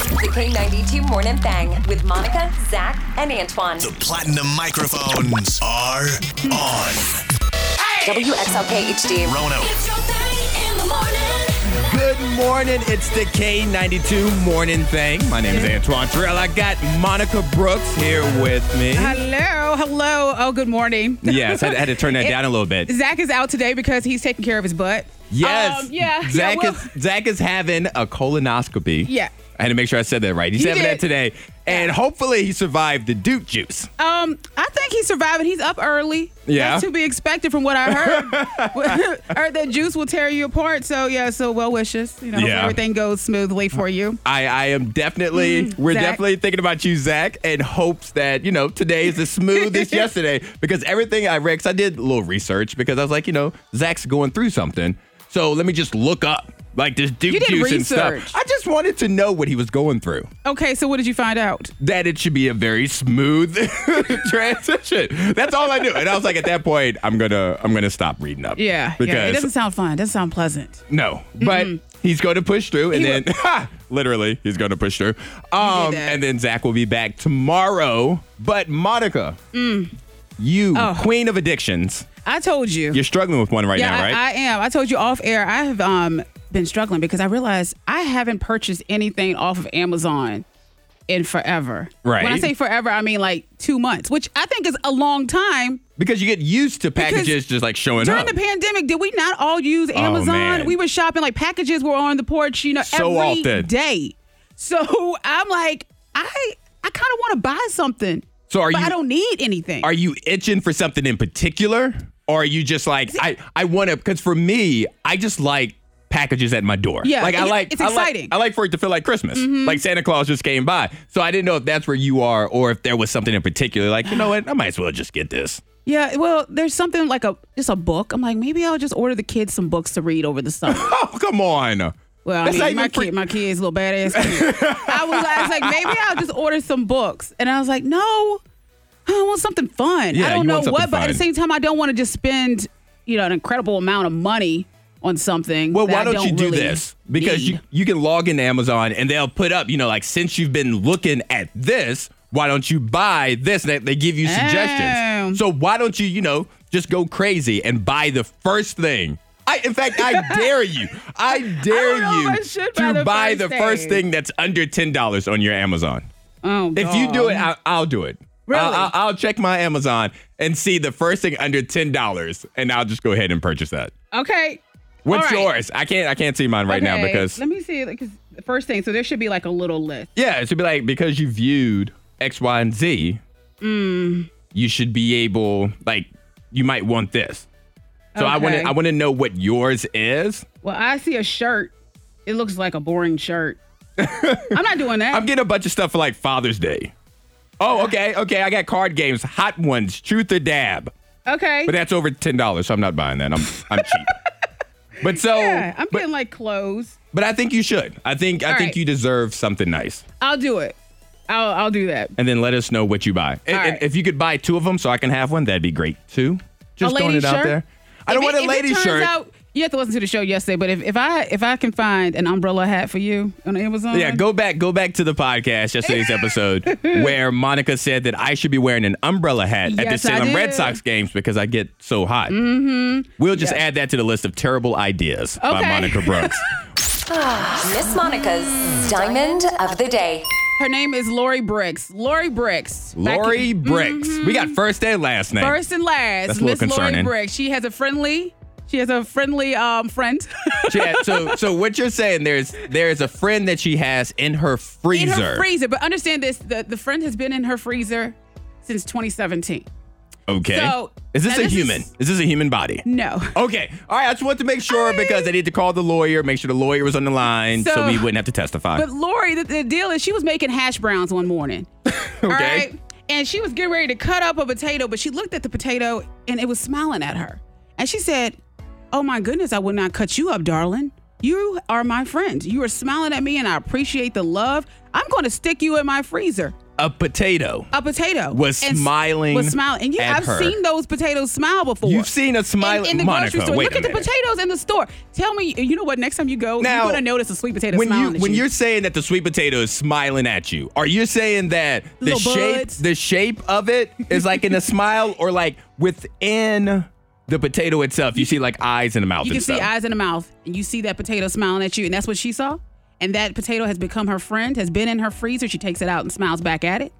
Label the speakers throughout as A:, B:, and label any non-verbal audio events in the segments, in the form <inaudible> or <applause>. A: The K92 Morning Thang with Monica, Zach, and Antoine.
B: The platinum microphones are on.
A: WXLK HD.
B: Rono.
C: Good morning. It's the K92 morning thing. My name is Antoine Terrell. I got Monica Brooks here with
D: <laughs>
C: me.
D: Hello, hello. Oh, good morning.
C: Yes, I had to turn that down a little bit.
D: Zach is out today because he's taking care of his butt.
C: Yes.
D: Um, yeah. yeah,
C: Zach,
D: well,
C: is, Zach is having a colonoscopy.
D: Yeah.
C: I had to make sure I said that right. He's
D: You
C: having
D: did.
C: that today. And hopefully he survived the Duke juice.
D: Um, I think he's surviving. He's up early.
C: Yeah.
D: That's to be expected from what
C: <laughs>
D: I heard. <laughs> heard that juice will tear you apart. So yeah, so well wishes. You know, hopefully
C: Yeah.
D: everything goes smoothly for you.
C: I, I am definitely, we're
D: Hmm, Zach.
C: definitely thinking about you, Zach, and hopes that, you know, today is as smooth
D: <laughs>
C: as yesterday because everything I read, 'cause I did a little research because I was like, you know, Zach's going through something. So let me just look up like this Duke
D: You did
C: juice and
D: research.
C: stuff. I just wanted to know what he was going through.
D: Okay, so what did you find out?
C: That it should be a very smooth <laughs> transition. That's all I knew. And I was like, at that point, I'm gonna I'm gonna stop reading up.
D: Yeah,
C: Because
D: yeah. It doesn't sound fun. It doesn't sound pleasant.
C: no, but he's going to push through, and
D: Mm-hmm. He
C: then <laughs> ha, literally he's going to push through. Um,
D: that.
C: and then Zach will be back tomorrow. But Monica, you
D: Mm. Oh.
C: queen of addictions,
D: I told you.
C: you're struggling with one right
D: yeah,
C: now,
D: I,
C: right?
D: I am. I told you off air. I have um been struggling because I realized I haven't purchased anything off of Amazon in forever.
C: Right.
D: When I say forever, I mean like two months, which I think is a long time.
C: because you get used to packages just like showing
D: During
C: up.
D: the pandemic, did we not all use Amazon?
C: Oh, man.
D: we were shopping like packages were on the porch, you know,
C: So
D: every
C: often.
D: day. So <laughs> I'm like, I I kind of want to buy something.
C: So are
D: but
C: you-
D: I don't need anything.
C: are you itching for something in particular, or are you just like I? I want to because for me, I just like packages at my door.
D: Yeah,
C: like I
D: it-
C: like
D: it's
C: I like-
D: exciting. Mm-hmm.
C: I like for it to feel like Christmas. Like Santa Claus just came by, so I didn't know if that's where you are, or if there was something in particular. Like you know what, I might as well just get this.
D: Yeah, well, there's something like a just a book. I'm like, maybe I'll just order the kids some books to read over the summer.
C: Oh come on.
D: Well, I
C: That's not
D: mean,
C: even
D: my
C: free-
D: kid, my kids, little badass. Kid.
C: <laughs>
D: I was, I was like, maybe I'll just order some books, and I was like, no, I want something fun.
C: Yeah,
D: I
C: you
D: don't know
C: want
D: what,
C: something
D: but at the
C: fun.
D: same time, I don't want to just spend, you know, an incredible amount of money on something.
C: Well,
D: that
C: why
D: I
C: don't, you do
D: really
C: this? Because
D: need.
C: you, you can log into Amazon and they'll put up, you know, like since you've been looking at this, why don't you buy this? They, they give you
D: Oh.
C: suggestions. So why don't you, you know, just go crazy and buy the first thing? I, in fact, I dare you. I dare
D: <laughs> I don't know if I
C: you
D: should buy
C: to
D: the
C: buy
D: first
C: the first
D: thing.
C: thing that's under ten dollars on your Amazon.
D: oh,
C: If you do
D: God.
C: it, I, I'll do it.
D: Really?
C: I'll, I'll- I'll check my Amazon and see the first thing under ten dollars, and I'll just go ahead and purchase that.
D: okay.
C: What's
D: All right.
C: yours? I can't I can't see mine right now
D: Okay,
C: because
D: let me see. Because the first thing, so there should be like a little list.
C: yeah, it should be like because you viewed X, Y, and Z,
D: Hmm.
C: you should be able like you might want this. So I want to
D: Okay.
C: I want to know what yours is.
D: Well, I see a shirt. It looks like a
C: <laughs>
D: boring shirt. I'm not doing that.
C: I'm getting a bunch of stuff for like Father's Day. Oh, okay, okay. I got card games, hot ones, truth or dab.
D: okay.
C: But that's over ten dollars, so I'm not buying that. I'm I'm
D: <laughs>
C: cheap. But so,
D: yeah, I'm
C: but,
D: getting like clothes.
C: but I think you should. I think I
D: All
C: think
D: right.
C: you deserve something nice.
D: I'll do it. I'll I'll do that.
C: and then let us know what you buy. And,
D: All right.
C: and if you could buy two of them so I can have one, that'd be great too. Just throwing it
D: lady's
C: out
D: shirt?
C: there. I don't
D: If it-
C: want a
D: if it
C: lady
D: turns
C: shirt.
D: out- you have to listen to the show yesterday, but if, if I if I can find an umbrella hat for you on Amazon,
C: yeah, go back, go back to the podcast yesterday's
D: <laughs>
C: episode where Monica said that I should be wearing an umbrella hat at the
D: Yes, I
C: Salem Red
D: did.
C: Sox games because I get so hot. Mm-hmm. We'll just add that to the list of terrible ideas by
D: Okay.
C: Monica Brooks.
A: Miss Monica's Diamond of the Day.
D: Her name is Lori Bricks. Lori Bricks. <laughs> Back
C: Lori
D: in- Mm-hmm.
C: Bricks. We got first and last name.
D: First and
C: That's
D: last,
C: a
D: Miss
C: little
D: Lori
C: concerning.
D: Bricks. She has a friendly. She has a friendly
C: <laughs>
D: um friend.
C: Chad, so so what you're saying there's there's a friend that she has in her freezer.
D: in her freezer, but understand this: the the friend has been in her freezer since 2017.
C: Okay.
D: So-
C: is this
D: now
C: a
D: this
C: human?
D: is-
C: is this a human body?
D: No. <laughs>
C: Okay. All right. I just want to make sure because I need to call the lawyer, make sure the lawyer was on the line so,
D: So-
C: we wouldn't have to testify.
D: But Lori, the, the deal is she was making hash browns one morning. All right. And she was getting ready to cut up a potato, but she looked at the potato and it was smiling at her. And she said, Oh my goodness, I would not cut you up, darling. You are my friend. You are smiling at me and I appreciate the love. I'm going to stick you in my freezer.
C: a potato.
D: a potato
C: Was
D: and s-
C: smiling
D: was smiling and yeah
C: at
D: i've
C: her.
D: seen those potatoes smile before
C: You've seen a smile
D: in, in the
C: Monica,
D: grocery store
C: Wait
D: look
C: a
D: at the
C: minute.
D: potatoes in the store tell me you know what next time you go
C: Now,
D: you're gonna notice a sweet potato
C: when you
D: smiling at
C: when you're saying that the sweet potato is smiling at you, are you saying that the
D: Little
C: shape
D: buds.
C: the shape of it is like in a smile or like within the potato itself? You see like eyes and a mouth.
D: you can
C: and
D: see
C: stuff.
D: eyes in the mouth and you see that potato smiling at you and that's what she saw and that potato has become her friend has been in her freezer she takes it out and smiles back at it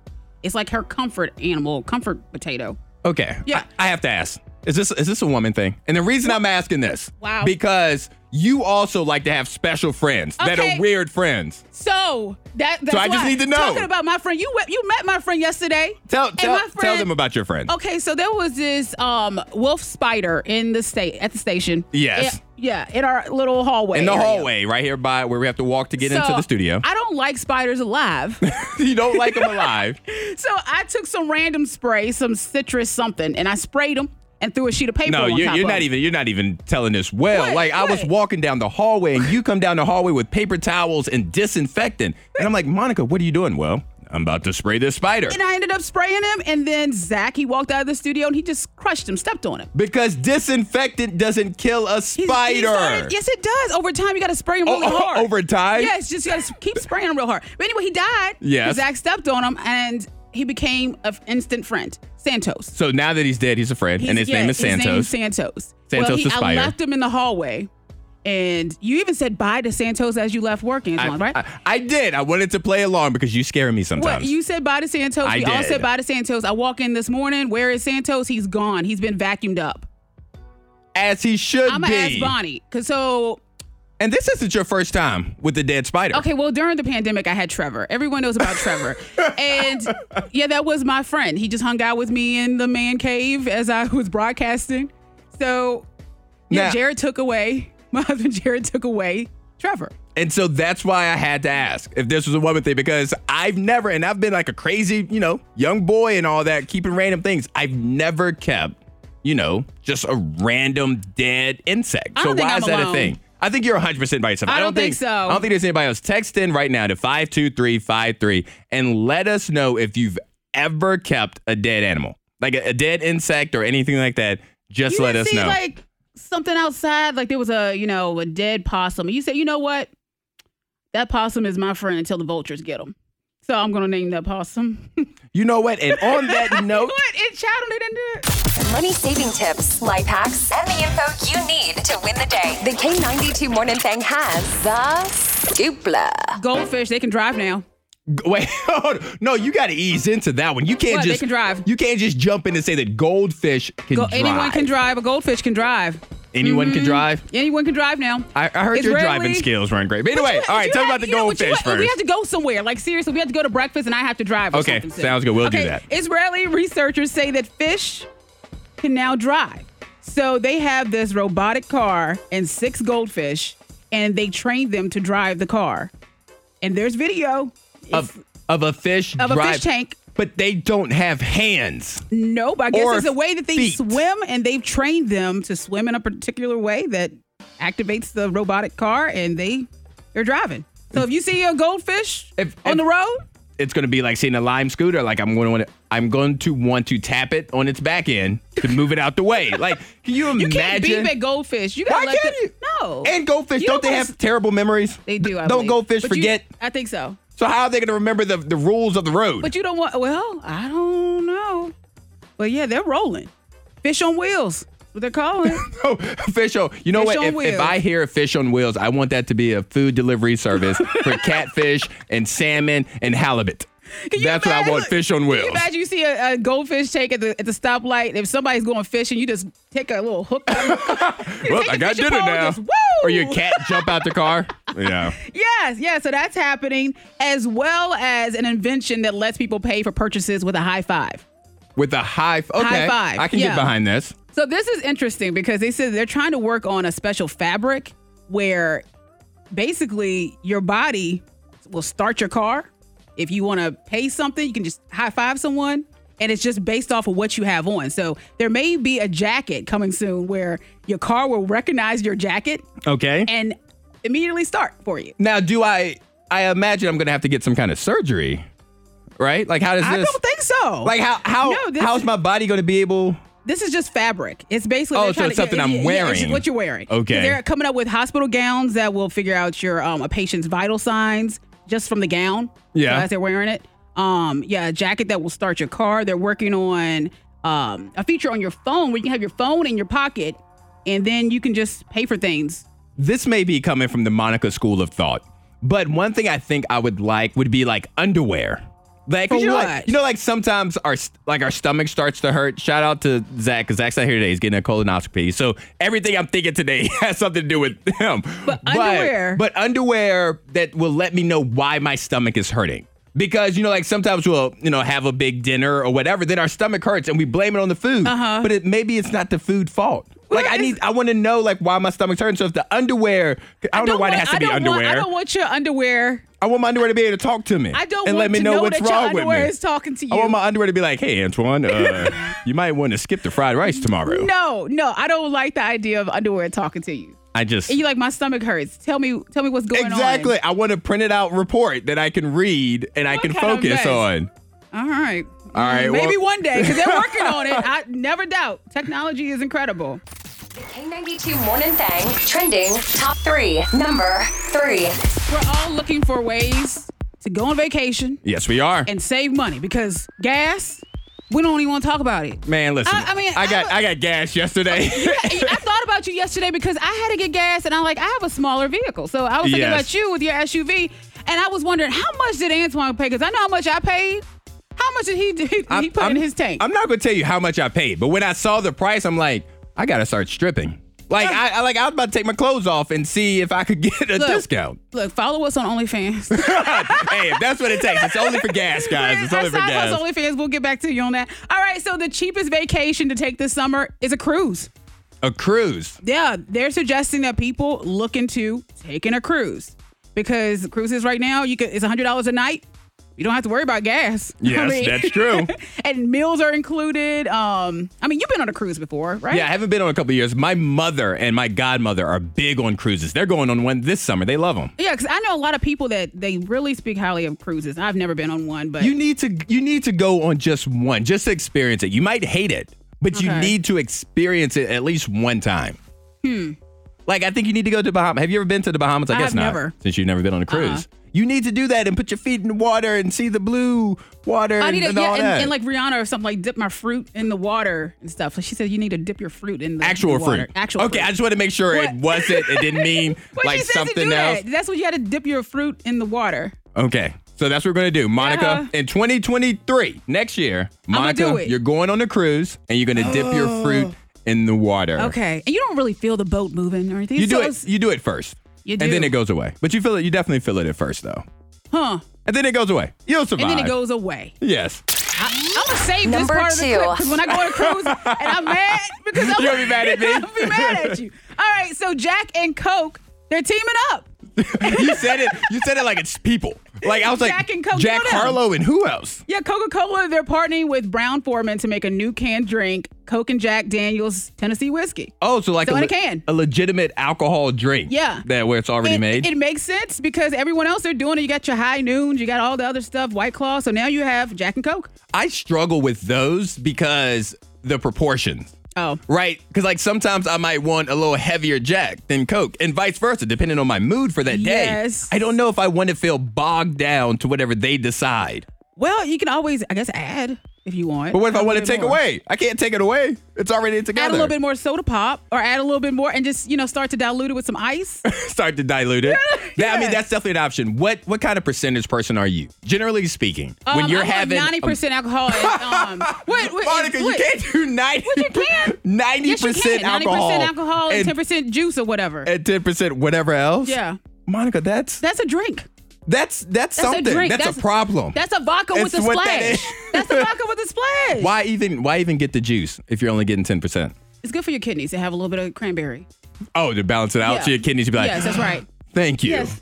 D: it's like her comfort animal comfort potato
C: Okay.
D: Yeah.
C: I, I have to ask. Is this is this a woman thing? And the reason I'm asking this,
D: Wow.
C: because you also like to have special friends that
D: Okay.
C: are weird friends.
D: so that that's
C: I just
D: why.
C: need to know.
D: talking about my friend you you met my friend yesterday
C: Tell
D: And
C: tell,
D: my
C: tell
D: friend-
C: them about your friend.
D: Okay, so there was this um wolf spider in the state at the station.
C: Yes.
D: It- yeah, in our little hallway.
C: In the
D: area.
C: hallway, right here by where we have to walk to get into
D: So,
C: the studio.
D: I don't like spiders alive.
C: <laughs> you don't like
D: <laughs>
C: them alive.
D: so I took some random spray, some citrus something, and I sprayed them and threw a sheet of paper
C: No,
D: on
C: you're,
D: top
C: you're
D: of
C: not
D: 'em.
C: even you're not even telling this well.
D: What?
C: Like I was
D: What?
C: walking down the hallway and you come down the hallway with paper towels and disinfectant, and I'm like, Monica, what are you doing? Well, I'm about to spray this spider
D: And I ended up spraying him, and then Zach, he walked out of the studio and he just crushed him, stepped on him.
C: because disinfectant doesn't kill a
D: He- he
C: spider.
D: started- yes, it does. Over time, you got to spray him
C: Oh,
D: really
C: oh,
D: hard.
C: over time?
D: Yes, just got to keep spraying him real hard. But anyway, he died.
C: Yes.
D: Zach stepped on him, and he became an instant friend, Santos.
C: So now that he's dead, he's a friend, and
D: He's-
C: his name
D: yeah,
C: is
D: his
C: Santos.
D: Santos.
C: Santos
D: well, he,
C: the spider.
D: I left him in the hallway, and you even said bye to Santos as you left working,
C: I,
D: Antoine, right?
C: I- I did. I wanted to play along because you scare me
D: What
C: sometimes.
D: you said bye to Santos.
C: I
D: we all
C: did.
D: said bye to Santos. I walk in this morning. Where is Santos? He's gone. He's been vacuumed up.
C: As he should
D: I'm
C: be.
D: gonna ask Bonnie. Cause so
C: And this isn't your first time with the dead spider.
D: okay, well during the pandemic I had Trevor. Everyone knows
C: <laughs>
D: about Trevor. And yeah, that was my friend. He just hung out with me in the man cave as I was broadcasting. So yeah,
C: Now-
D: Jared took away <laughs> my husband Jared took away Trevor.
C: And so that's why I had to ask if this was a woman thing because I've never, and I've been like a crazy, you know, young boy and all that, keeping random things. I've never kept, you know, just a random dead insect.
D: I
C: so
D: don't think
C: why
D: I'm
C: is that a
D: alone.
C: thing? I think you're 100% by yourself.
D: I don't think so.
C: I don't think there's anybody else. Text in right now to 52353 and let us know if you've ever kept a dead animal, like a, a dead insect or anything like that. Just
D: you
C: let
D: didn't
C: us
D: see
C: know.
D: like something outside, like there was a you know a dead possum. You said, you know what? That possum is my friend until the vultures get him. So I'm gonna name that possum. <laughs>
C: you know what? And on that note,
D: what? It child they didn't do it.
A: Money saving tips, life hacks, and the info you need to win the day. The K92 Morning Thing has the dupla.
D: Goldfish, they can drive now.
C: Wait, <laughs> hold on. no, you got to ease into that one. You can't
D: What, they
C: just
D: can drive.
C: You can't just jump in and say that goldfish can
D: Go,
C: drive.
D: anyone can drive. A goldfish can drive.
C: Anyone can drive.
D: Anyone can drive now.
C: I, I heard
D: It's
C: your
D: rarely-
C: driving skills weren't great. But
D: But
C: anyway,
D: you-
C: all right,
D: you
C: talk
D: have-
C: about the
D: you know what, you
C: goldfish
D: have-
C: first.
D: We have to go somewhere. Like seriously, we have to go to breakfast, and I have to drive. Or
C: Okay,
D: something soon.
C: sounds good. We'll do
D: Okay,
C: that.
D: Israeli researchers say that fish can now drive, so they have this robotic car and six goldfish, and they train them to drive the car. And there's video.
C: of, of a fish
D: Of a
C: drive,
D: fish tank.
C: But they don't have hands.
D: No, but I guess
C: Or
D: it's a way that they
C: feet.
D: swim, and they've trained them to swim in a particular way that activates the robotic car, and they they're driving. So if you see a goldfish
C: If-
D: on
C: if-
D: the road,
C: It's gonna be like seeing a lime scooter. Like I'm gonna want to, I'm going to want to tap it on its back end to move it out the way. Like, can you imagine?
D: you can't beep at goldfish. You gotta
C: Why
D: let
C: can't
D: the-
C: you?
D: No,
C: And goldfish,
D: You
C: don't they
D: wanna
C: have
D: s-
C: terrible memories?
D: They do. I
C: don't
D: believe.
C: goldfish
D: But you-
C: forget?
D: I think so.
C: So how are they gonna remember the, the rules of the road?
D: But you don't want. Well, I don't know. But yeah, they're rolling. Fish on wheels. That's What they're
C: <laughs>
D: calling. it.
C: Oh, fish on. You know
D: Fish on
C: what? If, if
D: wheels.
C: I hear a fish on wheels, I want that to be a food delivery service
D: <laughs>
C: for catfish and salmon and halibut.
D: Can you
C: That's what I
D: imagine-
C: want. Fish on
D: Can you
C: wheels.
D: imagine you see a, a goldfish take at the at the stoplight. If somebody's going fishing, you just take a little
C: <laughs>
D: hook.
C: Well,
D: take
C: I
D: a
C: got
D: fishing
C: dinner
D: pole,
C: now.
D: just woo!
C: Or your cat jump out the
D: <laughs>
C: car. yeah.
D: Yes, yes. So that's happening, as well as an invention that lets people pay for purchases with a high five.
C: With a high. Okay.
D: High five,
C: I can get
D: yeah.
C: behind this.
D: So this is interesting because they said they're trying to work on a special fabric where basically your body will start your car. If you want to pay something, you can just high five someone and it's just based off of what you have on. So there may be a jacket coming soon where your car will recognize your jacket
C: Okay.
D: and immediately start for you.
C: now, do I? I imagine I'm gonna have to get some kind of surgery, right? Like how does
D: I
C: this?
D: don't think so.
C: Like how how
D: No, this-
C: how is my body going to be able?
D: This is just fabric. It's basically
C: Oh,
D: they're
C: so
D: trying
C: it's
D: to-
C: something I'm
D: yeah, Yeah, it's just
C: wearing.
D: what you're wearing.
C: Okay.
D: They're coming up with hospital gowns that will figure out your um a patient's vital signs just from the gown.
C: Yeah.
D: So as they're wearing it. Um, yeah, a jacket that will start your car. They're working on um a feature on your phone where you can have your phone in your pocket and then you can just pay for things.
C: This may be coming from the Monica school of thought, but one thing I think I would like would be like underwear. Like, 'cause
D: For
C: you know, like
D: what?
C: you know, like sometimes our st- like our stomach starts to hurt. Shout out to Zach because Zach's not here today. He's getting a colonoscopy, so everything I'm thinking today <laughs> has something to do with him.
D: But underwear.
C: but underwear that will let me know why my stomach is hurting. Because you know, like sometimes we'll you know have a big dinner or whatever, then our stomach hurts and we blame it on the food. Uh-huh. But it, maybe it's not the food fault. Like I
D: it's-
C: need, I want to know like why my stomach's hurting. So if the underwear, I don't, know why
D: want-
C: it has to
D: I
C: be
D: don't want-
C: underwear.
D: I don't want your underwear.
C: I want my underwear to be able to talk to me.
D: I don't
C: and
D: want
C: let me
D: to
C: know,
D: know
C: what's
D: that your
C: wrong with
D: underwear
C: me.
D: is talking to
C: I
D: you.
C: want my underwear to be like, "Hey, Antoine,
D: <laughs>
C: uh, you might want to skip the fried rice tomorrow."
D: No, no, I don't like the idea of underwear talking to you.
C: I just
D: And you're like, my stomach hurts. Tell me, tell me what's going
C: exactly.
D: on.
C: I want a printed out report that I can read and I
D: What
C: can
D: kind of
C: focus
D: mess?
C: on.
D: All right. Mm,
C: All right,
D: Maybe
C: well-
D: one day, because they're working on it. I never doubt. Technology is incredible.
A: The K92 Morning Thing trending top three. Number three.
D: We're all looking for ways to go on vacation
C: Yes, we are.
D: and save money because gas, we don't even want to talk about it.
C: Man, listen.
D: I- I mean,
C: I got
D: I-
C: I, got gas
D: <laughs>
C: yesterday.
D: I I thought about you yesterday because I had to get gas and I'm like, I have a smaller vehicle. So I was thinking
C: Yes.
D: about you with your SUV. And I was wondering, how much did Antoine pay? Because I know how much I paid. How much did he, did <laughs> he,
C: <laughs> I'm-
D: he put
C: I'm-
D: in his tank?
C: I'm not gonna tell you how much I paid, but when I saw the price, I'm like, I gotta start stripping. Like I, I like I was about to take my clothes off and see if I could <laughs> get a
D: Look.
C: discount.
D: Look, follow us on OnlyFans.
C: hey, if that's what it takes, it's only for gas,
D: <laughs>
C: guys. It's
D: Our
C: only for
D: side
C: gas.
D: hustle OnlyFans. We'll get back to you on that. All right. So the cheapest vacation to take this summer is a cruise.
C: a cruise.
D: Yeah, they're suggesting that people look into taking a cruise because cruises right now you could it's hundred dollars a night. You don't have to worry about gas. <laughs> I
C: Yes,
D: mean-
C: that's
D: <laughs>
C: true.
D: and meals are included. Um, I mean, you've been on a cruise before, right?
C: Yeah, I haven't been on a couple of years. My mother and my godmother are big on cruises. They're going on one this summer. They love them.
D: Yeah, because I know a lot of people that they really speak highly of cruises. I've never been on one, but
C: You need to you need to go on just one, just to experience it. You might hate it, but you
D: Okay.
C: need to experience it at least one time. Hmm. Like I think you need to go to Bahamas. Have you ever been to the Bahamas? I,
D: I
C: guess
D: have
C: not.
D: never. Uh-huh.
C: Since you've never been on a cruise. You need to do that and put your feet in the water and see the blue water
D: I
C: and,
D: need to,
C: and
D: yeah,
C: all
D: and,
C: that.
D: and like Rihanna or something, like dip my fruit in the water and stuff. Like she said, you need to dip your fruit in the
C: actual
D: the water.
C: fruit.
D: Actual
C: Okay,
D: fruit.
C: I just want to make sure it
D: What?
C: wasn't. It
D: <laughs>
C: didn't mean
D: But she
C: like
D: says to
C: something
D: do
C: else.
D: that. That's what you had to dip your fruit in the water.
C: Okay. So that's what we're gonna do, Monica.
D: Yeah.
C: In 2023, next year, Monica,
D: Uh-huh. do it. Oh.
C: you're going on a cruise and you're gonna dip your fruit in the water.
D: Okay, and you don't really feel the boat moving or anything.
C: You
D: so
C: do it.
D: it's-
C: You do it first.
D: You
C: And then
D: do.
C: it goes away. But you feel it. You definitely feel it at first, though.
D: huh?
C: And then it goes away. You'll survive.
D: And then it goes away.
C: Yes.
D: I'm gonna save
A: Number
D: this part of the
A: two.
D: clip because when I go on
C: <laughs>
D: a cruise and I'm mad because I'm
C: You'll be mad
D: <laughs>
C: at me.
D: I'll be mad at you. All right, so Jack and Coke, they're teaming up.
C: you said it. You said it like it's people. Like I was like
D: Jack and Coke,
C: Jack
D: you know them.
C: Harlow and who else?
D: Yeah, Coca Cola, they're partnering with Brown Forman to make a new canned drink, Coke and Jack Daniels Tennessee whiskey.
C: Oh, so like
D: So
C: a,
D: in a
C: le-
D: can.
C: a legitimate alcohol drink.
D: Yeah.
C: That where it's already
D: it,
C: made.
D: It makes sense because everyone else they're doing it. You got your high noons, you got all the other stuff, White Claw. So now you have Jack and Coke.
C: I struggle with those because the proportions.
D: Oh,
C: Right? Because, like, sometimes I might want a little heavier Jack than Coke, and vice versa, depending on my mood for that day.
D: Yes.
C: I don't know if I want to feel bogged down to whatever they decide.
D: well, you can always, I guess, add if you want.
C: But what if I
D: A
C: want to
D: little
C: take
D: more.
C: away? I can't take it away. It's already together.
D: Add a little bit more soda pop, or add a little bit more, and just you know start to dilute it with some ice.
C: <laughs> Start to dilute
D: <laughs>
C: it. That- I mean,
D: Yeah.
C: that's definitely an option. What what kind of percentage person are you? Generally speaking, <laughs> when
D: Um,
C: you're
D: I'm
C: having
D: ninety percent alcohol.
C: <laughs>
D: And, um, what, what,
C: Monica, you
D: what-
C: can't do 90,
D: What you
C: <laughs>
D: can?
C: 90%
D: Yes, you can.
C: alcohol.
D: 90% alcohol and
C: and
D: ten percent juice or whatever.
C: and 10% whatever else.
D: Yeah.
C: Monica, that's
D: That's a drink.
C: that's that's,
D: That's
C: something.
D: a drink.
C: That's, a problem.
D: That's a vodka
C: It's
D: with a
C: what that
D: splash.
C: is.
D: That's a vodka
C: <laughs>
D: with a splash.
C: Why even why even get the juice if you're only getting 10%?
D: It's good for your kidneys to have a little bit of cranberry.
C: Oh, to balance it out
D: Yeah.
C: so your kidneys be like,
D: yes, that's right.
C: thank you.
D: Yes.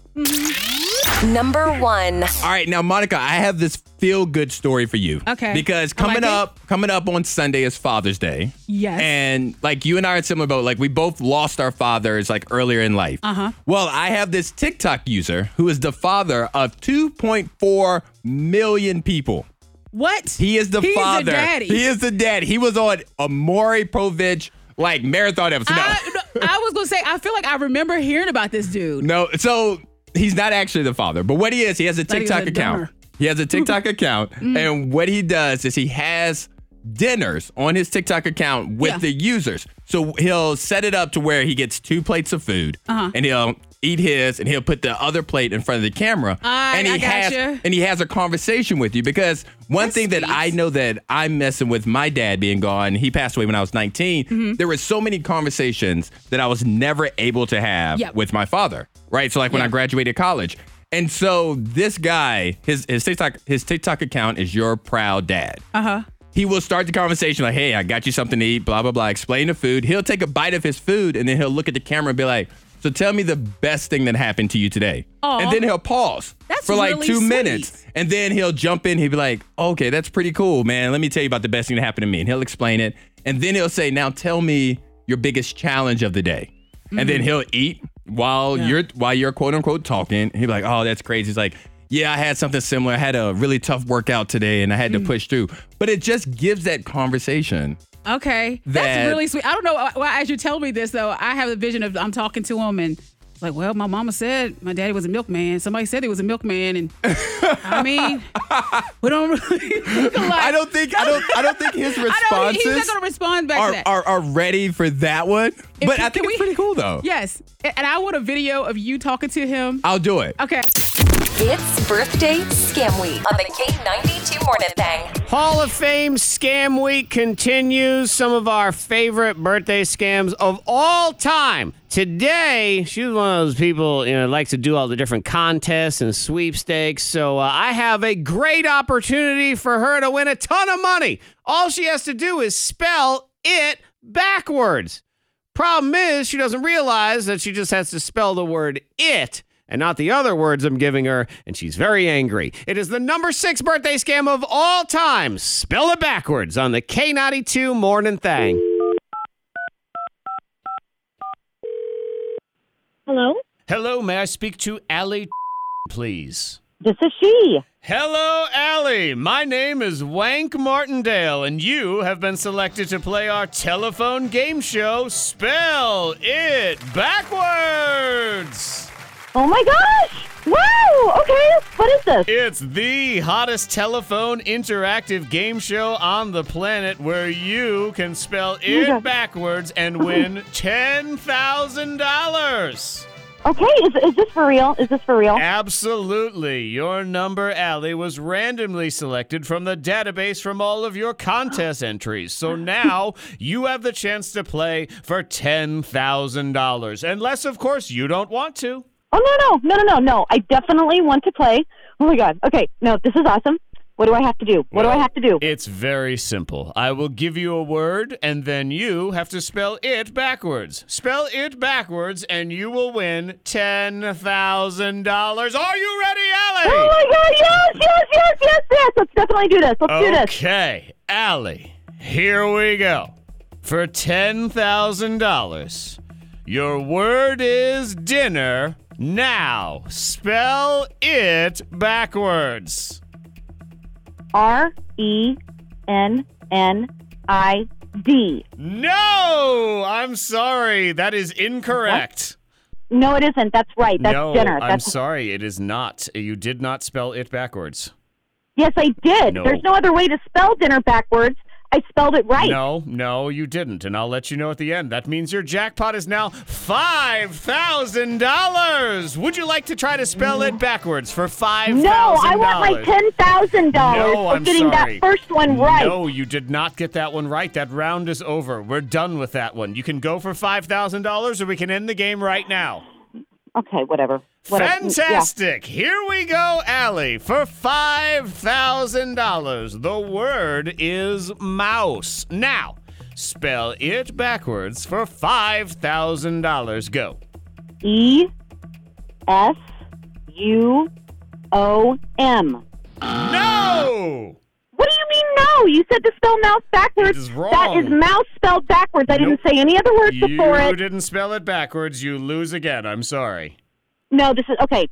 A: Number one.
C: All right, now Monica, I have this feel good story for you.
D: Okay.
C: Because
D: I like
C: coming
D: it.
C: up, coming up on Sunday is Father's Day.
D: Yes.
C: And like you and I are in similar boat. Like we both lost our fathers like earlier in life. Uh
D: Uh-huh.
C: huh. Well, I have this TikTok user who is the father of 2.4 million people.
D: What?
C: He is the
D: He's
C: father.
D: The daddy.
C: He is the dad. He was on Amori Provich like marathon episode. No.
D: I, <laughs> no, I was gonna say I feel like I remember hearing about this dude.
C: No, so he's not actually the father, but what he is, he has a
D: he was
C: TikTok
D: a Mm.
C: account.
D: dumber.
C: He
D: <laughs>
C: has a TikTok account, and what he does is he has dinners on his TikTok account with
D: Yeah.
C: the users. So he'll set it up to where he gets two plates of food,
D: Uh-huh.
C: and he'll eat his, and he'll put the other plate in front of the camera,
D: Alright,
C: and he
D: I
C: has
D: gotcha.
C: and he has a conversation with you because one
D: That's
C: thing that
D: sweet.
C: I know that I'm messing with my dad being gone. He passed away when I was 19.
D: Mm-hmm.
C: There were so many conversations that I was never able to have
D: Yep.
C: with my father. Right. So like when I
D: Yeah.
C: graduated college. And so this guy, his his TikTok his TikTok account is your proud dad. Uh huh. He will start the conversation like, "Hey, I got you something to eat." Blah blah blah. Explain the food. He'll take a bite of his food and then he'll look at the camera and be like, "So tell me the best thing that happened to you today."
D: Aw.
C: And then he'll pause
D: That's
C: for like
D: really
C: two
D: sweet.
C: minutes. And then he'll jump in. He'll be like, okay, that's pretty cool, man. Let me tell you about the best thing that happened to me. And he'll explain it. And then he'll say, now tell me your biggest challenge of the day. And
D: Mm-hmm.
C: then he'll eat while you're while you're quote unquote talking. He'll be like, oh, that's crazy. He's like, yeah, I had something similar. I had a really tough workout today and I had to
D: Mm.
C: push through. But it just gives that conversation.
D: Okay,
C: That-
D: that's really sweet. I don't know uh, why as you tell me this though, I have a vision of I'm talking to him and it's like, well, my mama said my daddy was a milkman. Somebody said he was a milkman, and I mean, we don't really. <laughs>
C: <laughs>
D: look alike.
C: I don't think I don't I don't think his
D: <laughs> I
C: responses
D: don't, he's not gonna respond back to
C: are,
D: that.
C: are are ready for that one. but I
D: can
C: think it's
D: we-
C: pretty cool though. Uh,
D: yes, A- and I want a video of you talking to him.
C: I'll do it.
D: Okay.
A: It's birthday scam week on the K92 Morning Thing.
E: Hall of Fame Scam Week continues. Some of our favorite birthday scams of all time. Today, she was one of those people you know likes to do all the different contests and sweepstakes. So uh, I have a great opportunity for her to win a ton of money. All she has to do is spell it backwards. Problem is, she doesn't realize that she just has to spell the word it and not the other words I'm giving her, and she's very angry. It is the number six birthday scam of all time. Spell it backwards on the K92 Morning Thing.
F: Hello,
E: Hello, may I speak to Allie, please?
F: this is she.
E: Hello, Allie. My name is Wank Martindale, and you have been selected to play our telephone game show, Spell It Backwards.
F: Oh my gosh! Wow. Okay, what is this?
E: It's the hottest telephone interactive game show on the planet where you can spell it backwards and win $10,000.
F: Okay, is, is this for real? Is this for real?
E: Absolutely. Your number, Allie, was randomly selected from the database from all of your
F: <gasps>
E: contest entries. So now you have the chance to play for $10,000. Unless, of course, you don't want to.
F: Oh no no no no no no! I definitely want to play. Oh my god. Okay, no, this is awesome. What do I have to do? What do I have to do?
E: It's very simple. I will give you a word, and then you have to spell it backwards. Spell it backwards, and you will win $10,000. Are you ready, Allie?
F: Oh my god! Yes yes yes yes yes! Let's definitely do this. Let's do this.
E: Okay, Allie, here we go. For $10,000, your word is dinner. Now, spell it backwards.
F: R E N N I D.
E: No, I'm sorry. That is incorrect.
F: No, it isn't. That's right. That's
E: no,
F: dinner.
E: I'm
F: That's
E: sorry. It is not. You did not spell it backwards.
F: yes, I did.
E: No.
F: There's no other way to spell dinner backwards. I spelled it right.
E: No, no, you didn't. And I'll let you know at the end. That means your jackpot is now $5,000. Would you like to try to spell it backwards for $5,000?
F: No, I want my ten thousand dollars
E: No,
F: for
E: I'm
F: getting
E: sorry.
F: that first one right.
E: No, you did not get that one right. That round is over. We're done with that one. You can go for $5,000 or we can end the game right now.
F: Okay, whatever. whatever. Mm, yeah.
E: Fantastic. Here we go, Allie, for $5,000. The word is mouse. Now, spell it backwards for $5,000. Go.
F: E S E U O M.
E: No!
F: What do you mean no? You said to spell mouse backwards.
E: It is wrong.
F: That is mouse spelled backwards. I didn't
E: Nope.
F: say any other words before it.
E: didn't spell it backwards. You lose again. I'm sorry.
F: No, this is okay.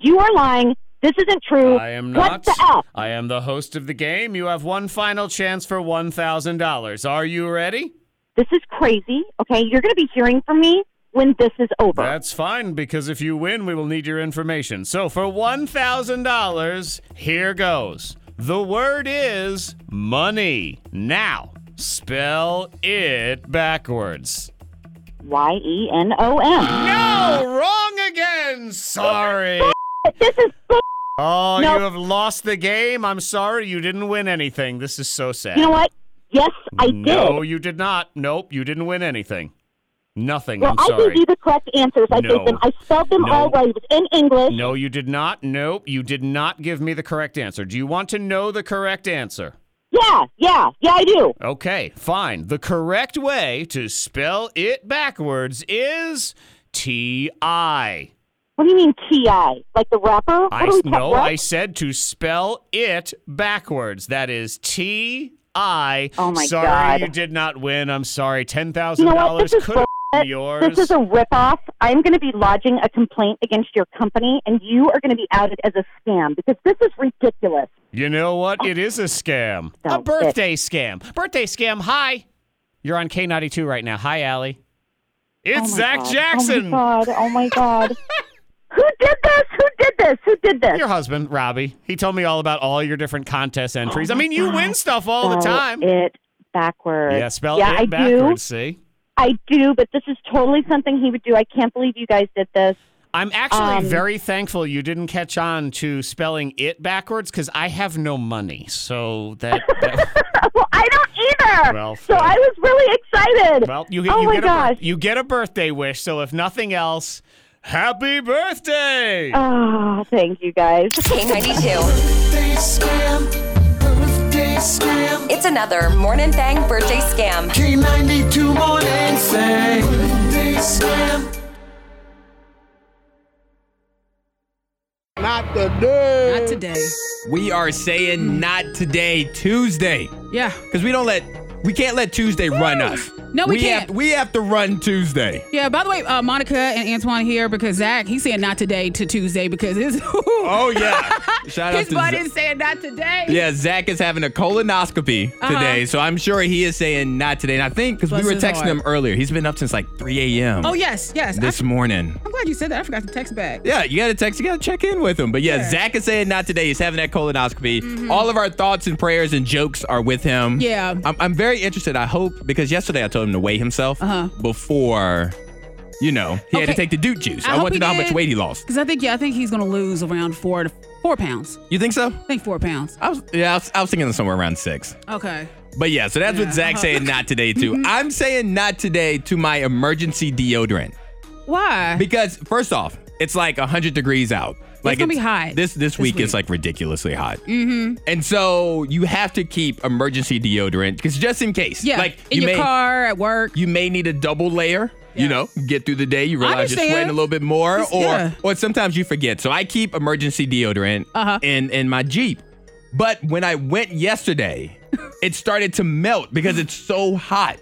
F: You are lying. This isn't true.
E: I am
F: What
E: not.
F: the F?
E: I am the host of the game. You have one final chance for $1,000. Are you ready?
F: This is crazy. Okay, you're going to be hearing from me when this is over.
E: That's fine because if you win, we will need your information. So for $1,000, here goes. The word is money. Now, spell it backwards.
F: Y E N O M.
E: No, wrong again. Sorry.
F: This is bull-
E: Oh,
F: No.
E: you have lost the game. I'm sorry you didn't win anything. This is so sad.
F: You know what? Yes, I did.
E: No, you did not. Nope, you didn't win anything. Nothing.
F: well,
E: I'm
F: I
E: sorry.
F: gave you the correct answers. I
E: No.
F: gave them. I spelled them
E: No.
F: all right. It was in English.
E: No, you did not. Nope, you did not give me the correct answer. Do you want to know the correct answer?
F: Yeah, yeah, yeah. I do.
E: Okay, fine. The correct way to spell it backwards is T I.
F: What do you mean T I? Like the rapper? What
E: I
F: do we call-
E: no,
F: what?
E: I said to spell it backwards. That is T I.
F: Oh my
E: sorry,
F: God.
E: you did not win. I'm sorry. Ten
F: You
E: thousand
F: know what?
E: dollars
F: This is
E: could have
F: bull-
E: been yours.
F: This is a ripoff. I'm going to be lodging a complaint against your company, and you are going to be outed as a scam because this is ridiculous. Oh
E: you know what? It is a scam. a
F: Don't bitch.
E: birthday scam. Birthday scam. Hi. You're on K92 right now. Hi, Allie. It's
F: Oh my
E: Zach
F: God.
E: Jackson.
F: Oh my god! Oh my god!
E: <laughs>
F: Who did this? Who did this? Who did this?
E: Your husband, Robbie. He told me all about all your different contest entries. I mean, you win stuff all the
F: Spell
E: time.
F: It backwards.
E: yeah, spell
F: Oh yeah,
E: it
F: I
E: backwards. See?
F: do. I do, but this is totally something he would do. I can't believe you guys did this. <laughs>
E: I'm actually
F: Um,
E: very thankful you didn't catch on to spelling it backwards because I have no money. So that,
F: <laughs>
E: that-
F: well, I don't either.
E: Well,
F: so I was really excited.
E: well, you,
F: oh
E: you
F: my
E: get
F: gosh.
E: a bir- you get a birthday wish. So if nothing else, happy birthday!
F: Oh, thank you guys.
A: K92.
G: Birthday scam.
A: It's another Morning Thang birthday scam.
G: K92 morning thing. Birthday scam.
D: Not today.
C: We are saying not today, Tuesday.
D: Yeah.
C: Because we don't let we can't let Tuesday run us.
D: No, we can't.
C: Have, we have to run Tuesday.
D: Yeah, by the way, uh, Monica and Antoine here because Zach, he's saying not today to Tuesday because his, <laughs>
C: Oh yeah. Shout out
D: his
C: to
D: butt
C: Za-
D: is saying not today.
C: Yeah, Zach is having a colonoscopy today, so I'm sure he is saying not today. And I think because we
D: Uh-huh. Bless
C: were
D: his
C: texting
D: heart.
C: him earlier, he's been up since like 3 a.m.
D: Oh, yes, yes.
C: This
D: I,
C: morning.
D: am glad you said that. I forgot to text back.
C: Yeah, you gotta text, you gotta check in with him. But yeah,
D: Yeah. Mm-hmm.
C: Zach is saying not today. He's having that colonoscopy. All of our thoughts and prayers and jokes are with him.
D: Yeah.
C: I'm, I'm very interested. I hope because yesterday I told him to weigh himself
D: Uh-huh.
C: before, you know, he had to
D: Okay.
C: take the dude juice.
D: I
C: I,
D: hope
C: want to
D: he
C: know how much
D: did.
C: weight he lost.
D: Because I think, yeah, I think he's going to lose around four to four pounds.
C: You think so?
D: I think four pounds.
C: I was, yeah, I was, I was thinking somewhere around six.
D: Okay.
C: But yeah, so that's what
D: Yeah,
C: Zach's
D: uh-huh.
C: saying not today too. I'm saying not today to my emergency deodorant.
D: Why?
C: Because first off, it's like 100 degrees out. Like
D: gonna be hot
C: This this,
D: this
C: week,
D: week.
C: is like ridiculously hot. Mm-hmm. And so you have to keep emergency deodorant because just in case,
D: yeah.
C: like
D: in
C: you
D: your
C: may
D: car, at work.
C: you may need a double layer. You
D: Yeah.
C: know, get through the day, you realize you're
D: understand.
C: sweating a little bit more,
D: It's-
C: or
D: yeah.
C: or sometimes you forget. So I keep emergency deodorant
D: Uh-huh.
C: in in my Jeep. But when I went
D: <laughs>
C: yesterday, it started to melt because it's so hot.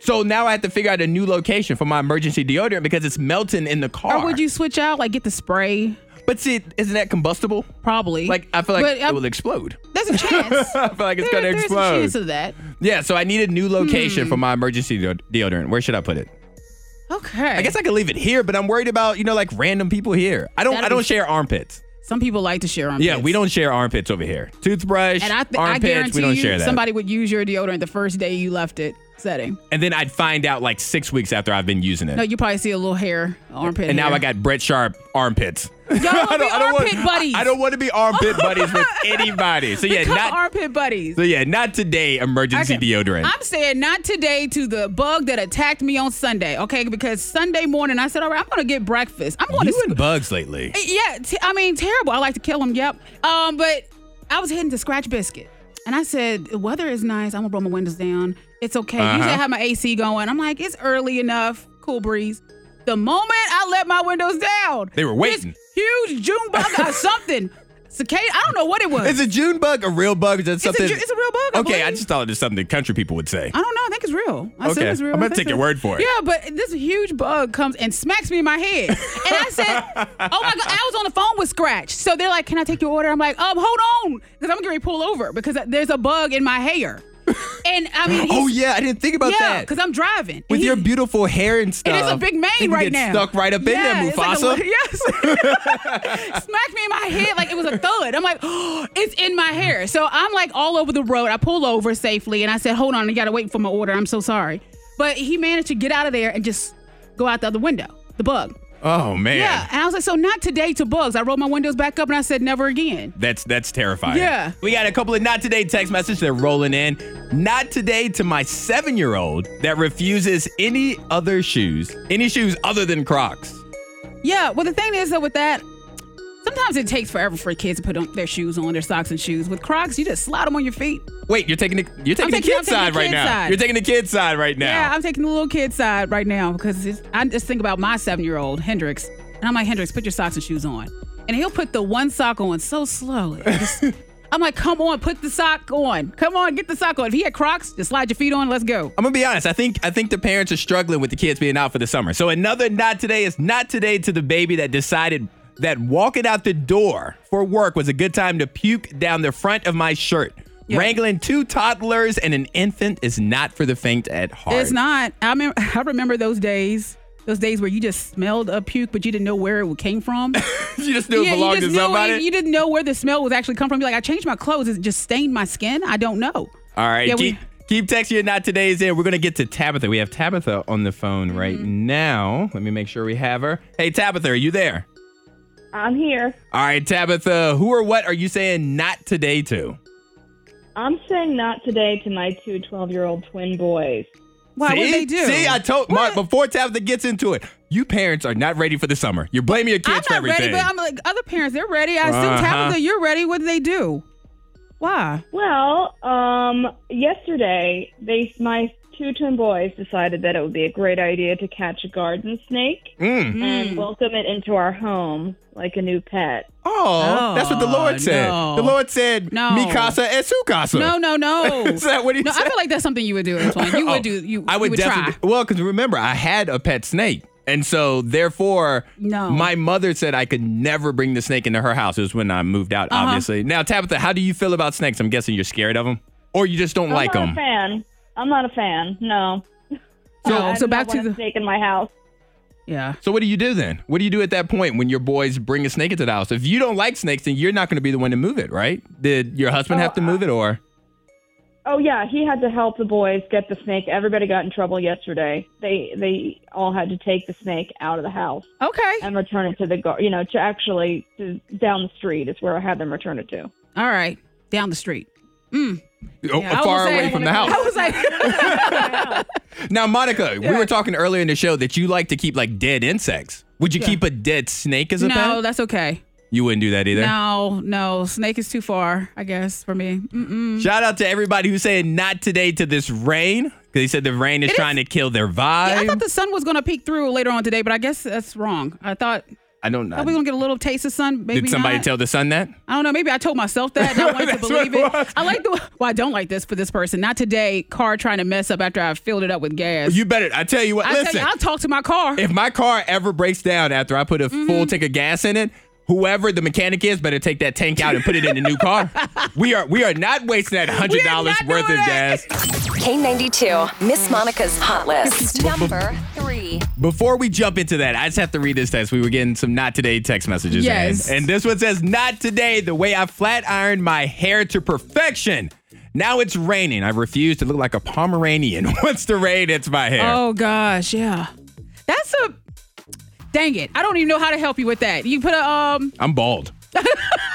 C: So now I have to figure out a new location for my emergency deodorant because it's melting in the car.
D: Or Oh, would you switch out, like get the spray?
C: But see, isn't that combustible?
D: Probably.
C: Like I feel like
D: But,
C: it
D: um,
C: will explode. <laughs>
D: There's a chance.
C: I feel like it's
D: There-
C: gonna
D: there's a
C: explode.
D: chance of Hmm. that.
C: yeah, so I need a new location for my emergency deo- deodorant. Where should I put it?
D: Okay.
C: I guess I could leave it here, but I'm worried about you know like random people here. I don't
D: That'd
C: I don't
D: be-
C: share armpits.
D: some people like to share on.
C: Yeah, we don't share armpits over here. Toothbrush,
D: And I, th- I
C: armpits,
D: guarantee
C: we don't
D: you,
C: share that.
D: somebody would use your deodorant the first day you left it setting.
C: and then I'd find out like six weeks after I've been using it.
D: No, you probably see a little hair armpit.
C: and now
D: hair.
C: I got Brett Sharp armpits. <laughs>
D: Y'all wanna be armpit
C: want,
D: buddies.
C: I don't want to be armpit buddies
D: <laughs>
C: with anybody. So yeah,
D: Become
C: not
D: armpit buddies.
C: so yeah, not today. Emergency
D: Okay.
C: deodorant.
D: I'm saying not today to the bug that attacked me on Sunday, okay? Because Sunday morning I said, all right, I'm gonna get breakfast. I'm going
C: you
D: to.
C: and bugs lately.
D: yeah, t- I mean terrible. I like to kill them. Yep. Um, but I was heading to Scratch Biscuit, and I said the weather is nice. I'm gonna roll my windows down. It's okay. Usually
C: Uh-huh.
D: I have my AC going. I'm like, it's early enough, cool breeze. The moment I let my windows down,
C: They were waiting. <laughs>
D: This huge June bug or something Cicada? I don't know what it was.
C: Is a June bug a real bug? Is that
D: a
C: something?
D: Ju- it's a real bug, I
C: okay, I
D: believe.
C: just thought it was something country people would say.
D: I don't know. I think it's real. I assume
C: Okay.
D: it's real.
C: I'm gonna
D: I think
C: take your
D: so.
C: word for it.
D: Yeah, but this huge bug comes and smacks me in my head, and I
C: <laughs>
D: said, "Oh my god!" I was on the phone with Scratch, so they're like, "Can I take your order?" I'm like, "Um, hold on," because I'm gonna pull over because there's a bug in my hair, and I mean,
C: <laughs> Oh
D: he's-
C: yeah, I didn't think about
D: yeah,
C: that.
D: because I'm driving And
C: with
D: he-
C: your beautiful hair and stuff,
D: It is a big mane
C: they Um, can get
D: right now.
C: Stuck right up in there,
D: it's like a
C: Mufasa.
D: li- yes. <laughs> Smacked me in my head like it was a thud. I'm like, <gasps> oh, it's in my hair. So I'm like all over the road. I pull over safely and I said, hold on, I gotta wait for my order. I'm so sorry. But he managed to get out of there and just go out the other window, the bug.
C: Oh man,
D: Yeah. And I was like, so not today to bugs. I rolled my windows back up and I said, never again.
C: that's that's terrifying.
D: Yeah.
C: we got a couple of not today text messages that are rolling in. Not today to my seven year old that refuses any other shoes, any shoes other than Crocs.
D: Yeah. Well, the thing is, though, with that, sometimes it takes forever for kids to put on their shoes on, their socks and shoes. With Crocs, you just slide them on your feet.
C: Wait, you're taking the you're taking,
D: I'm
C: the
D: taking- I'm
C: kid's
D: taking the
C: side right
D: kid's
C: now.
D: side.
C: You're taking the kid's side right now.
D: Yeah, I'm taking the little kid side right now because it's, I just think about my seven year old Hendrix, and I'm like, Hendrix, put your socks and shoes on, and he'll put the one sock on so slowly.
C: <laughs>
D: Just- I'm like, come on, put the sock on. Come on, get the sock on. If he had Crocs, just slide your feet on. Let's go.
C: I'm gonna be honest. I think I think the parents are struggling with the kids being out for the summer. So another not today is not today to the baby that decided that walking out the door for work was a good time to puke down the front of my shirt.
D: Yeah.
C: Wrangling two toddlers and an infant is not for the faint at heart.
D: It's not. I remember, <laughs> I remember those days. Those days where you just smelled a puke, but you didn't know where it came
C: <laughs>
D: from.
C: <laughs> you just knew it belonged
D: you
C: to
D: just knew
C: somebody.
D: it- you didn't know where the smell was actually come from. You're like, I changed my clothes. It just stained my skin. I don't know.
C: All right,
D: Yeah, we-
C: keep keep texting your not today's in. We're gonna get to Tabitha. We have Tabitha on the phone right
D: Mm-hmm.
C: now. Let me make sure we have her. Hey Tabitha, are you there?
H: I'm here.
C: All right, Tabitha, who or what are you saying not today to?
H: I'm saying not today to my two 12 year old twin boys.
D: Why
C: See?
D: would they do?
C: See, I told Mark before Tabitha gets into it. You parents are not ready for the summer. You're blaming your kids
D: I'm not
C: for everything.
D: ready, but I'm like other parents. They're ready. I assume
C: Uh-huh.
D: Tabitha, you're ready. What do they do? Why?
H: Well, um, yesterday, they my two twin boys decided that it would be a great idea to catch a garden snake
C: Mm.
H: and welcome it into our home like a new pet.
C: Oh, that's what the Lord said.
D: no.
C: The Lord said,
D: No.
C: "Mi casa es su casa." <laughs>
D: No, no, no.
C: Is that what he
D: no,
C: said?
D: I feel like that's something you would do, Antoine. You
C: Oh,
D: would do. You,
C: I would,
D: you would
C: definitely.
D: try.
C: Well, because remember, I had a pet snake, and so therefore,
D: No.
C: my mother said I could never bring the snake into her house. It was when I moved out,
D: Uh-huh.
C: obviously. Now, Tabitha, how do you feel about snakes? I'm guessing you're scared of them, or you just don't
H: I'm
C: like
D: Uh,
H: not a
C: them.
H: fan. I'm not a fan. No.
D: So-
H: I
D: so
H: do not
D: back
H: want
D: to
H: a
D: the-
H: snake in my house.
D: Yeah.
C: So what do you do then? What do you do at that point when your boys bring a snake into the house? If you don't like snakes, then you're not going to be the one to move it, right? Did your husband
H: Oh,
C: have to move it, or
H: Oh yeah, he had to help the boys get the snake. Everybody got in trouble yesterday. They they all had to take the snake out of the house.
D: Okay.
H: and return it to the gar- you know to actually to down the street is where I had them return it to.
D: All right. Down the street.
C: Oh,
D: Yeah, I was
C: far
D: saying-
C: away from the house?
D: <laughs> I was like,
C: <laughs> Now, Monica, we were talking earlier in the show that you like to keep like dead insects. Would you keep a dead snake as a
D: no,
C: pet?
D: that's okay.
C: You wouldn't do that either.
D: No, no, snake is too far, I guess, for me. Mm-mm.
C: Shout out to everybody who's saying not today to this rain because they said the rain is
D: It is-
C: trying to kill their vibe.
D: Yeah, I thought the sun was gonna peek through later on today, but I guess that's wrong. I thought
C: I don't know.
D: I was gonna get a little taste of sun. Maybe
C: Did somebody
D: not.
C: tell the sun that?
D: I don't know. Maybe I told myself that. And I wanted to
C: <laughs> That's what it
D: believe it.
C: was.
D: I like the. Well, I don't like this for this person. Not today. Car trying to mess up after I filled it up with gas.
C: You better. I tell you what.
D: I
C: listen,
D: tell you, I'll talk to my car.
C: if my car ever breaks down after I put a
D: Mm-hmm.
C: full tank of gas in it, whoever the mechanic is better take that tank out and put it in a new
D: <laughs>
C: car. we are we are not wasting that hundred dollars
D: not
C: worth of
D: doing that.
C: gas.
A: K92, Miss Monica's Hot List. Number three.
C: Before we jump into that, I just have to read this text. We were getting some not today text messages. in.
D: Yes.
C: And this one says, Not today, the way I flat ironed my hair to perfection. Now it's raining. I refuse to look like a Pomeranian. <laughs> Once the rain hits my hair.
D: oh gosh, yeah. That's a. Dang it! I don't even know how to help you with that. You put a um. <laughs>
C: I'm bald.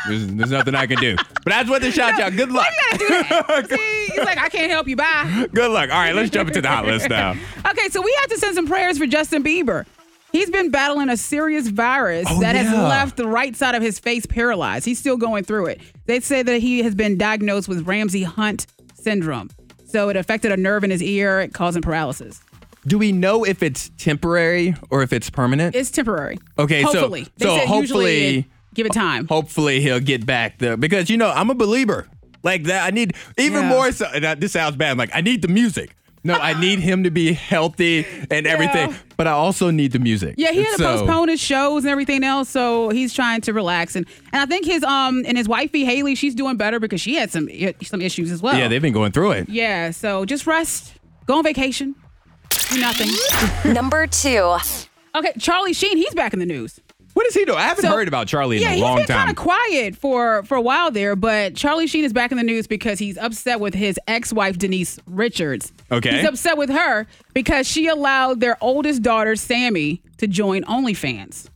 C: there's, there's nothing I can do. But I just want to shout you out. Good luck. <laughs>
D: See, it's like I can't help you. Bye.
C: Good luck. All right, let's jump into the hot list now.
D: Okay, so we have to send some prayers for Justin Bieber. He's been battling a serious virus
C: Oh,
D: that has
C: yeah.
D: left the right side of his face paralyzed. He's still going through it. They say that he has been diagnosed with Ramsey Hunt syndrome. So it affected a nerve in his ear, causing paralysis.
C: <laughs> Do we know if it's temporary or if it's permanent?
D: It's temporary.
C: Okay, so-
D: hopefully. They
C: so
D: said usually
C: hopefully-
D: it- Give it time.
C: Hopefully he'll get back though, because you know I'm a believer like that. I need even
D: Yeah.
C: more. So and I, this sounds bad. I'm like I need the music. No, I need him to be healthy and everything,
D: Yeah.
C: but I also need the music.
D: Yeah, he had to
C: So-
D: postpone his shows and everything else, so he's trying to relax. And and I think his um and his wifey Haley, she's doing better because she had some some issues as well.
C: Yeah, they've been going through it.
D: yeah. So just rest, go on vacation, do nothing.
A: Number two.
D: Okay, Charlie Sheen, he's back in the news.
C: What is he doing? I haven't
D: So-
C: heard about Charlie in
D: yeah,
C: a
D: he's
C: long
D: been
C: time.
D: kind of quiet for for a while there, but Charlie Sheen is back in the news because he's upset with his ex-wife Denise Richards.
C: Okay.
D: he's upset with her because she allowed their oldest daughter Sammy to join OnlyFans.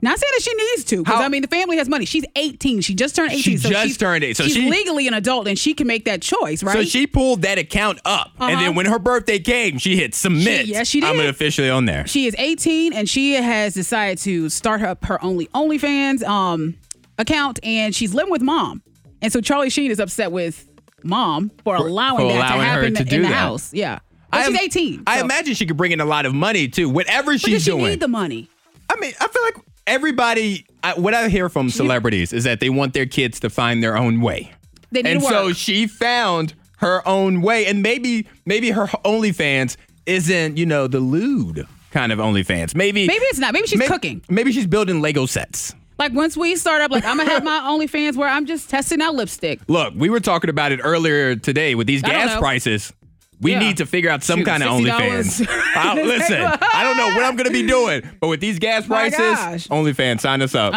D: Not saying that she needs to, because
C: How-
D: I mean the family has money. She's 18. She just turned 18.
C: She
D: so
C: just
D: she's,
C: turned eight, so
D: she's
C: she-
D: legally an adult and she can make that choice, right?
C: So she pulled that account up, and
D: Uh-huh.
C: then when her birthday came, she hit submit.
D: She- yes, she
C: I'm
D: did.
C: officially on there.
D: She is 18 and she has decided to start up her only OnlyFans um account and she's living with mom. And so Charlie Sheen is upset with mom for allowing
C: for
D: that
C: allowing
D: to
C: her
D: happen
C: to do
D: in the
C: that.
D: house. Yeah. But she's
C: am-
D: 18.
C: I
D: so-
C: imagine she could bring in a lot of money too. Whatever
D: But does
C: she's
D: she
C: doing.
D: need the money?
C: I mean, I feel like everybody. I, what I hear from celebrities is that they want their kids to find their own way,
D: They need
C: and
D: to work.
C: so she found her own way, and maybe maybe her OnlyFans isn't you know the lewd kind of OnlyFans. Maybe
D: Maybe it's not. Maybe she's
C: may-
D: cooking.
C: Maybe she's building Lego sets.
D: Like once we start up, like I'm gonna
C: <laughs>
D: have my OnlyFans where I'm just testing out lipstick.
C: Look, we were talking about it earlier today with these
D: I don't
C: gas
D: know.
C: prices. We
D: Yeah.
C: need to figure out some
D: Shoot,
C: kind of
D: $60. <laughs>
C: OnlyFans. I, listen, I don't know what I'm going to be doing, but with these gas
D: <laughs> My
C: prices,
D: gosh. Uh-huh.
C: OnlyFans, sign us up.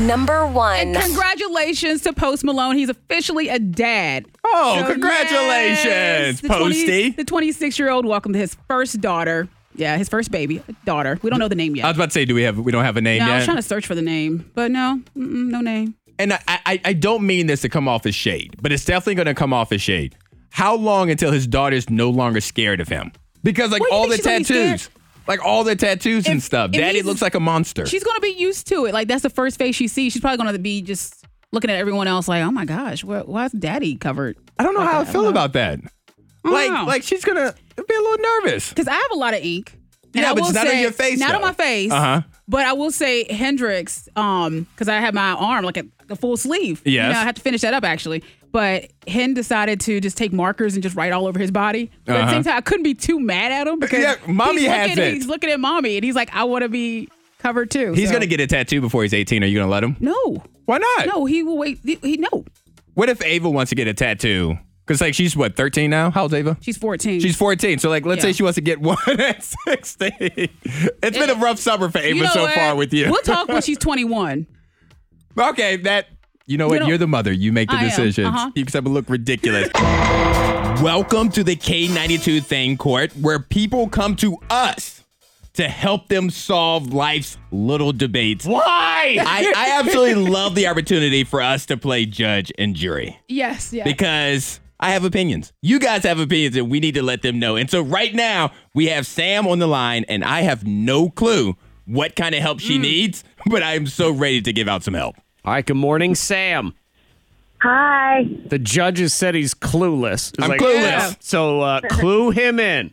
A: Number one. <laughs>
D: And congratulations to Post Malone. He's officially a dad.
C: Oh,
D: So,
C: congratulations,
D: yes, the 20
C: Posty.
D: the 26 year old welcomed his first daughter. Yeah, his first baby daughter. We don't know the name yet.
C: I was about to say, do we have? We don't have a name
D: no, I was
C: yet.
D: trying to search for the name, but no, mm-mm, no name.
C: and I, I, I don't mean this to come off as shade, but it's definitely going to come off as shade. How long until his daughter's no longer scared of him? Because like
D: What do you
C: all the
D: think she's gonna be
C: tattoos, like all the tattoos and
D: If-
C: stuff.
D: if
C: Daddy
D: he's-
C: looks like a monster.
D: She's gonna be used to it. Like that's the first face she sees. She's probably gonna be just looking at everyone else like, oh my gosh, why, why is daddy covered?
C: I don't know how I feel about that.
D: don't
C: Like,
D: know.
C: like she's gonna be a little nervous.
D: Because I have a lot of ink. And
C: Yeah,
D: I
C: but it's
D: will
C: not on
D: say-
C: your face,
D: Not on
C: though.
D: my face.
C: Uh-huh.
D: But I will say Hendrix, um, because I had my arm like a, a full sleeve.
C: Yes.
D: You know, I had to finish that up actually. But Hen decided to just take markers and just write all over his body. But at
C: Uh-huh.
D: the same time, I couldn't be too mad at him because
C: Yeah, mommy
D: he's
C: has
D: looking,
C: it.
D: He's looking at mommy and he's like, I want to be covered too.
C: He's
D: So-
C: gonna get a tattoo before he's 18. Are you gonna let him?
D: no.
C: Why not?
D: No, he will wait. He, he- no,
C: What if Ava wants to get a tattoo? Because like she's what 13 now? How old's Ava?
D: she's 14.
C: She's 14. So like, let's
D: Yeah.
C: say she wants to get one <laughs> at 16. It's been a rough summer for Ava
D: You know
C: so
D: what?
C: far with you.
D: We'll talk when she's 21.
C: <laughs> Okay, that. You know
D: You
C: what?
D: don't-
C: You're the mother. You make the
D: I am.
C: decisions.
D: Uh-huh.
C: You except look ridiculous. Welcome to the K92 Thing Court, where people come to us to help them solve life's little debates.
E: Why?
C: I, I absolutely love the opportunity for us to play judge and jury
D: Yes, yes.
C: because I have opinions. You guys have opinions, and we need to let them know. And so, right now, we have Sam on the line, and I have no clue what kind of help she needs, but I am so ready to give out some help.
E: All right. Good morning, Sam.
F: Hi.
E: The judges said he's clueless. He's
C: I'm clueless.
E: So uh, clue him in.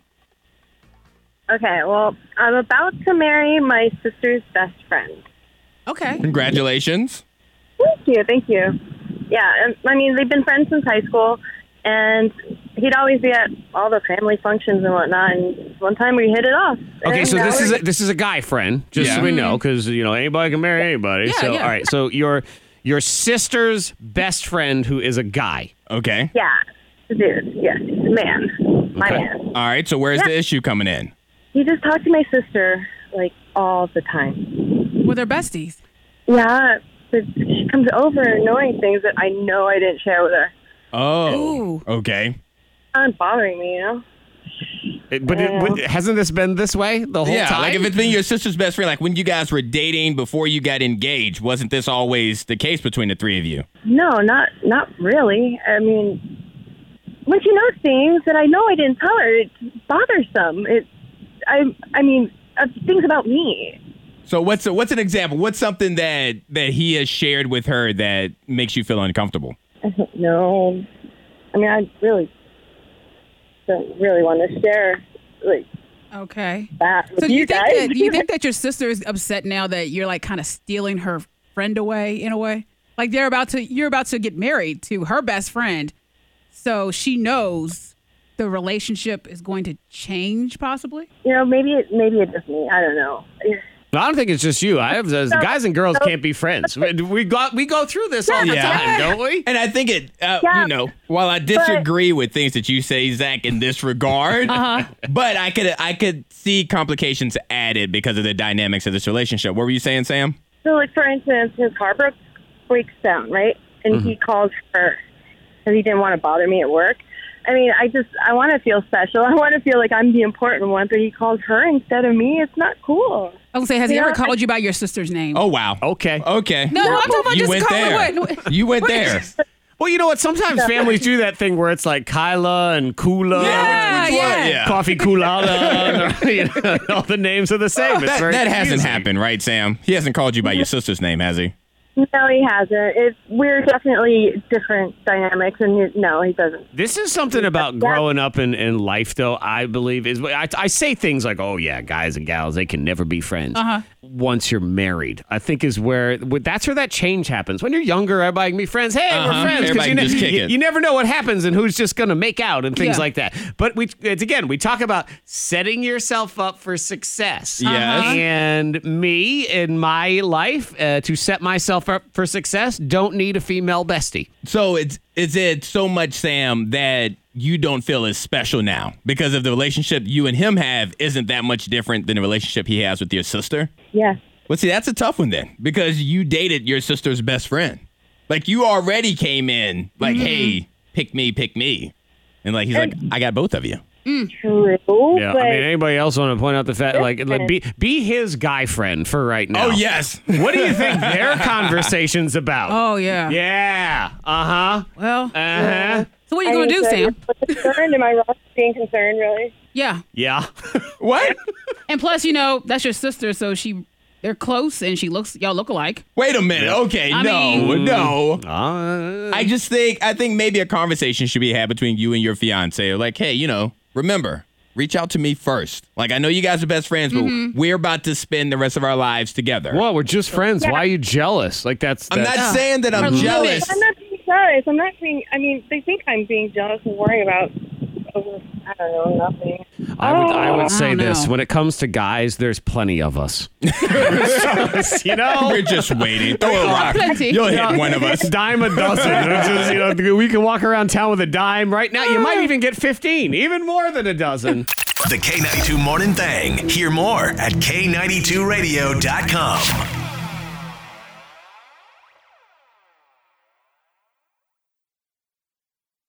F: Okay, well, I'm about to marry my sister's best friend.
D: okay.
C: Congratulations.
F: Thank you, thank you. Yeah, and, I mean they've been friends since high school, and he'd always be at all the family functions and whatnot. And one time we hit it off.
E: Okay,
F: And
E: so
F: now
E: this
F: we're-
E: is a, this is a guy friend, just so
C: Yeah.
E: we know, because you know anybody can marry anybody.
D: Yeah,
E: so
D: yeah.
E: all right, so your your sister's best friend who is a guy.
C: Okay.
F: yeah, dude, yes, man, my
E: Okay.
F: man.
C: All right. So, where's the issue coming in?
F: He just talked to my sister like all the time.
D: Well, they're besties.
F: Yeah, but she comes over knowing things that I know I didn't share with her.
C: Oh.
D: Ooh.
C: Okay.
F: It's bothering me, you know.
E: It- but, it, but hasn't this been this way the whole
C: yeah,
E: time?
C: like if it's been your sister's best friend, like when you guys were dating before you got engaged, wasn't this always the case between the three of you?
F: No, not not really. I mean, when she knows things that I know I didn't tell her, it's bothersome. It's I I mean uh, things about me.
C: So what's what's an example? What's something that that he has shared with her that makes you feel uncomfortable?
F: I don't know. I mean, I really don't really want to share like
D: Okay.
F: that with
D: So do
F: you,
D: you think
F: guys.
D: that do you think that your sister is upset now that you're like kind of stealing her friend away in a way. Like they're about to you're about to get married to her best friend. So she knows the relationship is going to change possibly.
F: <laughs> You know, maybe it maybe it is me. I don't know.
E: No, I don't think it's just you. I have those guys and girls can't be friends. We we go we go through this all the
C: Yeah.
E: time, don't we?
C: And I think it, uh,
F: Yeah.
C: you know, while I disagree with things that you say, Zach, in this regard,
D: Uh-huh.
C: but I could I could see complications added because of the dynamics of this relationship. What were you saying, Sam?
F: So, like for instance, his car broke, breaks down, right? And he calls her because he didn't want to bother me at work. I mean, I just I want to feel special. <laughs> I want to feel like I'm the important one, but he calls her instead of me. It's not cool.
D: I was gonna say, has he
F: Yeah,
D: ever
F: I-
D: called you by your sister's name?
C: Oh wow.
E: Okay.
C: Okay.
D: No, I'm talking about
C: you
D: just
C: went
D: calling
C: there.
D: what-
C: You went there.
E: Well, you know what? Sometimes families do that thing where it's like Kyla and Kula.
D: Yeah,
C: Which one?
D: yeah.
C: Yeah.
E: Coffee
C: <laughs>
E: Kulala. and, <laughs> you know, all the names are the same. It's
C: That,
E: very
C: that hasn't
E: confusing.
C: happened, right, Sam? He hasn't called you by your sister's name, has he?
F: <laughs> No, he hasn't. It's we're definitely different dynamics, and he, no, he doesn't.
E: This is something about growing up in, in life, though, I believe. is I, I say things like, oh, yeah, guys and gals, they can never be friends once you're married. I think is where, where- that's where that change happens. When you're younger, everybody can be friends. Hey,
C: Uh-huh.
E: we're friends. 'cause
C: Everybody
E: you,
C: can just kick
E: you,
C: it.
E: you never know what happens and who's just going to make out and things
D: Yeah.
E: like that. But we, it's again, we talk about setting yourself up for success.
C: Yes. Uh-huh.
E: And me in my life, uh, to set myself up for success, don't need a female bestie.
C: So it's is it so much, Sam, that you don't feel as special now because of the relationship you and him have isn't that much different than the relationship he has with your sister?
F: Yes.
C: Well, see, that's a tough one then, because you dated your sister's best friend. Like you already came in, like, hey, pick me, pick me, and like he's like, I got both of you.
F: True.
H: <laughs>
E: Yeah,
F: but
E: I mean, anybody else want to point out the fact, like, like be be his guy friend for right now.
C: Oh yes,
E: What do you think their conversations about?
D: Oh yeah.
E: Yeah. Uh huh.
D: Well,
E: Uh huh.
D: so what are you gonna
F: mean,
D: do,
F: so
D: Sam?
F: you're Concerned? Am I wrong for being concerned? Really?
D: <laughs> Yeah.
C: <laughs>
E: Yeah.
C: <laughs> what?
D: And plus, you know, that's your sister, so she they're close and she looks y'all look alike.
C: Wait a minute. Okay,
D: I
C: no,
D: mean-
C: no.
E: Uh,
C: I just think I think maybe a conversation should be had between you and your fiance. Like, hey, you know, remember, reach out to me first. Like, I know you guys are best friends, but we're about to spend the rest of our lives together.
E: well, we're just friends. Why are you jealous? Like that's.
C: I'm not
E: that's-
C: saying that I'm
D: Or
C: jealous.
F: I'm not being jealous. I'm not being. I mean, they think I'm being jealous and worrying about. Over, I don't know nothing.
E: I would, I would say
D: don't
E: this:
D: know.
E: when it comes to guys, there's plenty
C: <laughs>
E: of us. <laughs> you know,
C: We're just waiting. Throw a rock.
D: plenty.
C: You'll hit one of us.
E: <laughs> dime a dozen. It's just, you know, we can walk around town with a dime right now. You might even get fifteen, even more than a dozen.
B: The K92 Morning Thing. Hear more at K92Radio.com.